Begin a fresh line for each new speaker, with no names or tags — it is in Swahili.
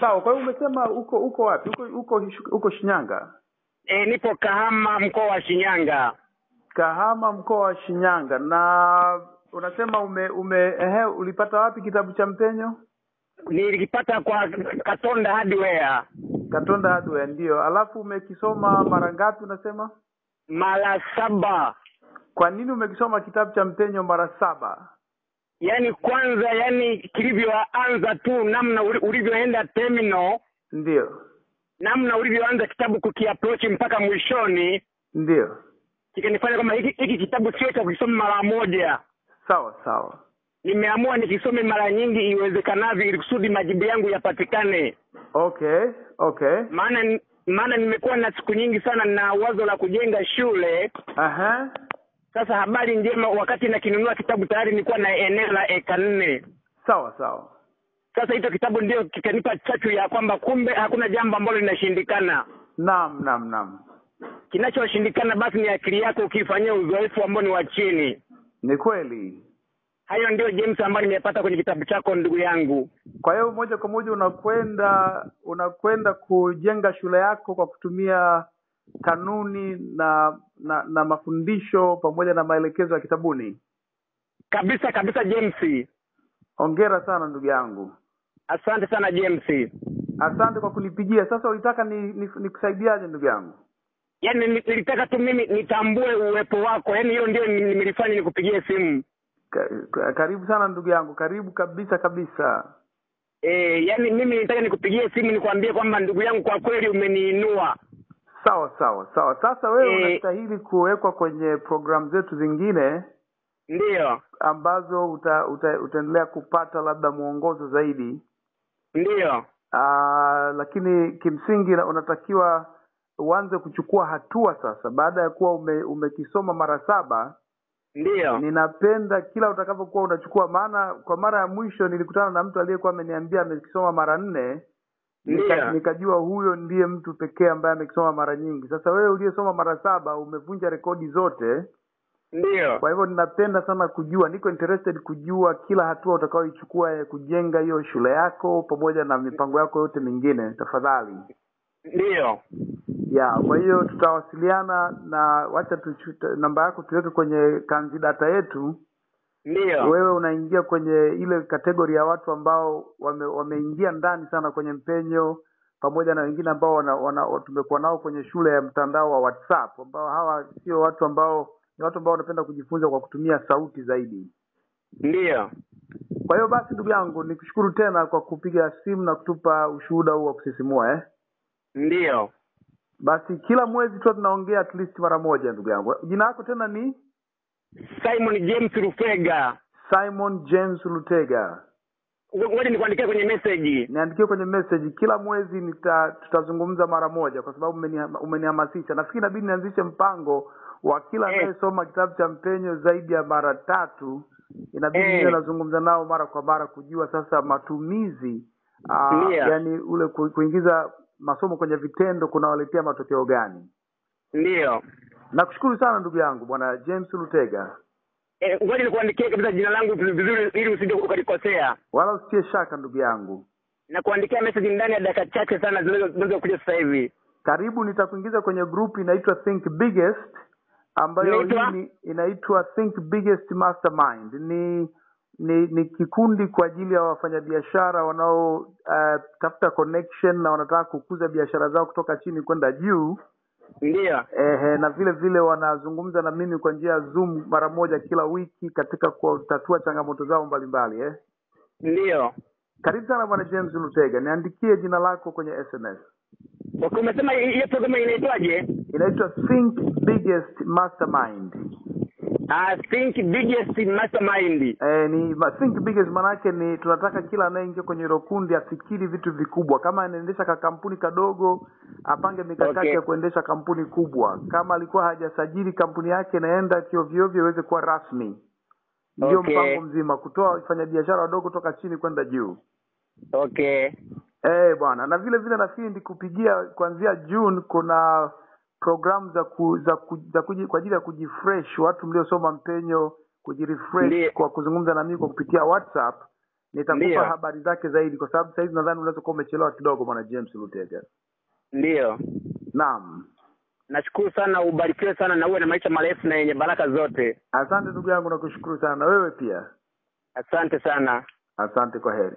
Sawa, kwa hiyo umesema uko uko wapi? Uko uko uko Shinyanga?
E, nipo Kahama mkoa wa Shinyanga.
Kahama mkoa wa Shinyanga. Na unasema ume, ume ehe, ulipata wapi kitabu cha mpenyo?
Nilikipata kwa Katonda Hardware
Katonda Hardware ndio. Alafu umekisoma mara ngapi unasema?
mara saba,
Kwa nini umekisoma kitabu cha mpenyo mara saba?
yaani kwanza, yaani kilivyoanza tu, namna uli- ulivyoenda terminal,
Ndio.
namna ulivyoanza kitabu kukiapproach mpaka mwishoni,
Ndio.
kikanifanya kwamba hiki hiki kitabu sio cha kusoma mara moja.
Sawa sawa.
Nimeamua nikisome mara nyingi iwezekanavyo, ili kusudi majibu yangu yapatikane.
Okay, okay.
maana ni- maana nimekuwa na siku nyingi sana na wazo la kujenga shule.
Aha.
Sasa habari njema, wakati nakinunua kitabu tayari nilikuwa na eneo la eka nne.
Sawa sawa.
Sasa hicho kitabu ndio kikanipa chachu ya kwamba kumbe hakuna jambo ambalo linashindikana.
Naam, naam, naam.
Kinachoshindikana basi ni akili yako ukifanyia uzoefu ambao ni wa chini.
Ni kweli.
Hayo ndio James ambayo nimeyapata kwenye kitabu chako ndugu yangu.
Kwa hiyo moja kwa moja unakwenda unakwenda kujenga shule yako kwa kutumia kanuni na na, na mafundisho pamoja na maelekezo ya kitabuni.
Kabisa kabisa James.
Hongera sana ndugu yangu,
Asante sana James.
asante kwa kunipigia. Sasa ulitaka ni, ni, nikusaidiaje ndugu yangu?
Yaani nili- nilitaka tu mimi nitambue uwepo wako. Yaani hiyo ndio ni- nimelifanya nikupigie simu.
Ka, ka, karibu sana ndugu yangu, karibu kabisa kabisa.
Eh, yani mimi nitaka nikupigie simu nikwambie kwamba ndugu yangu kwa kweli umeniinua.
Sawa sawa sawa. Sasa wewe
Eh.
unastahili kuwekwa kwenye programu zetu zingine
Ndiyo,
ambazo uta, uta, utaendelea kupata labda mwongozo zaidi
ndiyo,
Ah, lakini kimsingi na- unatakiwa uanze kuchukua hatua sasa baada ya kuwa ume, umekisoma mara saba
ndiyo.
Mm, ninapenda kila utakapokuwa unachukua maana kwa mara ya mwisho nilikutana na mtu aliyekuwa ameniambia amekisoma mara nne nika,
Ndiyo.
nikajua huyo ndiye mtu pekee ambaye amekisoma mara nyingi sasa wewe uliyesoma mara saba umevunja rekodi zote
Ndiyo.
kwa hivyo ninapenda sana kujua niko interested kujua kila hatua utakaoichukua ya kujenga hiyo shule yako pamoja na mipango yako yote mingine tafadhali
Ndiyo.
ya kwa hiyo tutawasiliana na wacha tuchu- namba yako tuweke kwenye kanzi data yetu
Ndiyo.
wewe unaingia kwenye ile kategori ya watu ambao wame, wameingia ndani sana kwenye mpenyo pamoja na wengine ambao wana, wana, tumekuwa nao kwenye shule ya mtandao wa whatsapp ambao hawa sio watu ambao ni watu ambao wanapenda kujifunza kwa kutumia sauti zaidi
Ndiyo.
kwa hiyo basi ndugu yangu nikushukuru tena kwa kupiga simu na kutupa ushuhuda huu wa kusisimua eh?
Ndiyo.
basi kila mwezi tu tunaongea at least mara moja ndugu yangu jina lako tena ni
Simon James Rufega.
simon james lutega
Ngoja nikuandikia kwenye message.
niandikie kwenye message kila mwezi nita, tutazungumza mara moja kwa sababu umeniha- umenihamasisha nafikiri inabidi nianzishe mpango wa kila
Eh.
anayesoma kitabu cha mpenyo zaidi ya mara tatu inabidi
Eh.
niwe nazungumza nao mara kwa mara kujua sasa matumizi aa,
Ndio.
yani ule ku- kuingiza masomo kwenye vitendo kunawaletea matokeo gani
Ndiyo.
nakushukuru sana ndugu yangu bwana james lutega
Eh, ngoja nikuandikia kabisa jina langu vizuri ili usije ukalikosea.
wala usitie shaka ndugu yangu
Na kuandikia message ndani ya dakika chache sana zinazo- zinazokuja sasa hivi.
karibu nitakuingiza kwenye grupu inaitwa think biggest ambayo
Inaitwa?
hii ni- inaitwa think biggest mastermind ni ni ni kikundi kwa ajili ya wafanyabiashara wanao uh, tafuta connection na wanataka kukuza biashara zao kutoka chini kwenda juu
Ndiyo.
Ehe, na vile vile wanazungumza na mimi kwa njia ya zoom mara moja kila wiki katika kutatua changamoto zao mbalimbali eh.
Ndiyo.
karibu sana bwana james lutega niandikie jina lako kwenye sms
Okay, umesema hiyo programu inaitwaje?
inaitwa think biggest mastermind
I think biggest mastermind.
Eh, ni ma- think biggest manake ni tunataka kila anayeingia kwenye hilo kundi afikiri vitu vikubwa. Kama anaendesha ka kampuni kadogo, apange mikakati
Okay.
ya kuendesha kampuni kubwa. Kama alikuwa hajasajili kampuni yake inaenda kiovyoovyo, iweze kuwa rasmi. Ndio
Okay.
mpango mzima, kutoa wafanyabiashara wadogo toka chini kwenda juu.
Okay.
Eh bwana, na vile vile nafikiri nikupigia kuanzia June, kuna programu za ku, za, ku, za kuji, kwa ajili ya kujifresh watu mliosoma mpenyo kujirefresh
Ndiyo.
kwa kuzungumza na mimi kwa kupitia WhatsApp nitakupa
Ndiyo.
habari zake zaidi kwa sababu sahizi nadhani unaweza kuwa umechelewa kidogo bwana james lutega
ndiyo
naam
nashukuru sana ubarikiwe sana na uwe na maisha marefu na yenye baraka zote
asante ndugu yangu nakushukuru sana na wewe pia
asante sana
asante kwa heri